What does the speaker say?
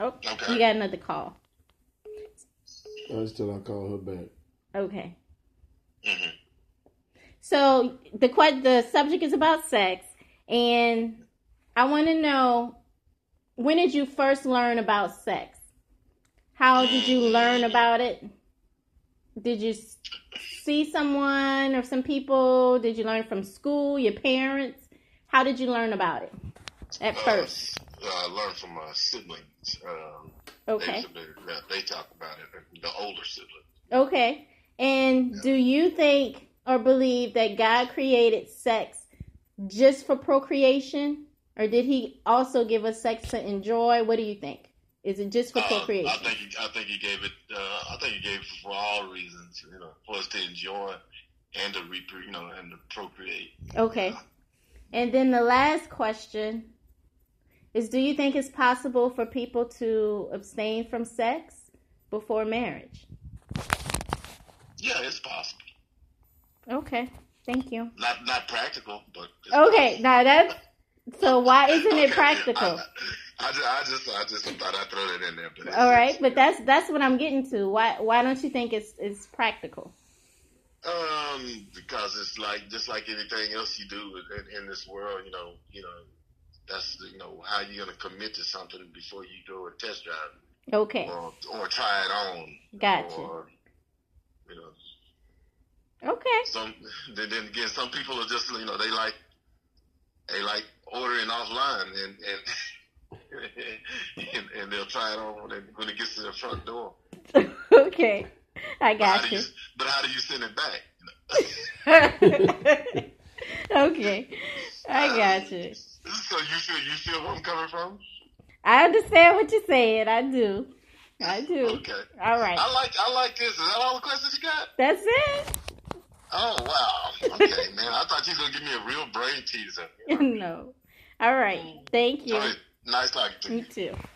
Oh, Okay. you got another call. That's till I call her back. Okay. Mhm. So the que- the subject is about sex, and I want to know when did you first learn about sex? How did you learn about it? Did you s- see someone or some people? Did you learn from school, your parents? How did you learn about it at first? Uh, I learned from my siblings. Um, Okay. They, they, they talk about it. The older siblings. Okay. And do you think or believe that God created sex just for procreation? Or did he also give us sex to enjoy? What do you think? Is it just for Uh, I procreation? think he, I think he gave it. Uh, I think he gave it for all reasons. You know, for us to enjoy and to repro you know, and to procreate. Okay. And then the last question is do you think it's possible for people to abstain from sex before marriage? Yeah, it's possible. Okay. Thank you. Not not practical, but it's Okay. possible. Now that's so why isn't Okay, it practical? I, I, ju- I just I just thought I'd throw that in there. But All right, but that's that's what I'm getting to. Why why don't you think it's it's practical? Um, because it's like just like anything else you do in, in this world, you know, you know, that's you know how you're gonna commit to something before you go and test drive it Okay, or or try it on. Gotcha. Or, you know, okay, some then, then again, some people are just you know they like they like ordering offline and and and, and they'll try it on when it, when it gets to the front door. okay. I But how got do you. you, but how do you send it back? You know? okay, I got you. So you feel you feel where I'm coming from? I understand what you're saying. I do. I do. Okay. All right, I like I like this. Is that all the questions you got? that's it. Oh wow. Okay, man. I thought you were gonna give me a real brain teaser. no. All right. Thank you. All right. Nice talking to you. Me too.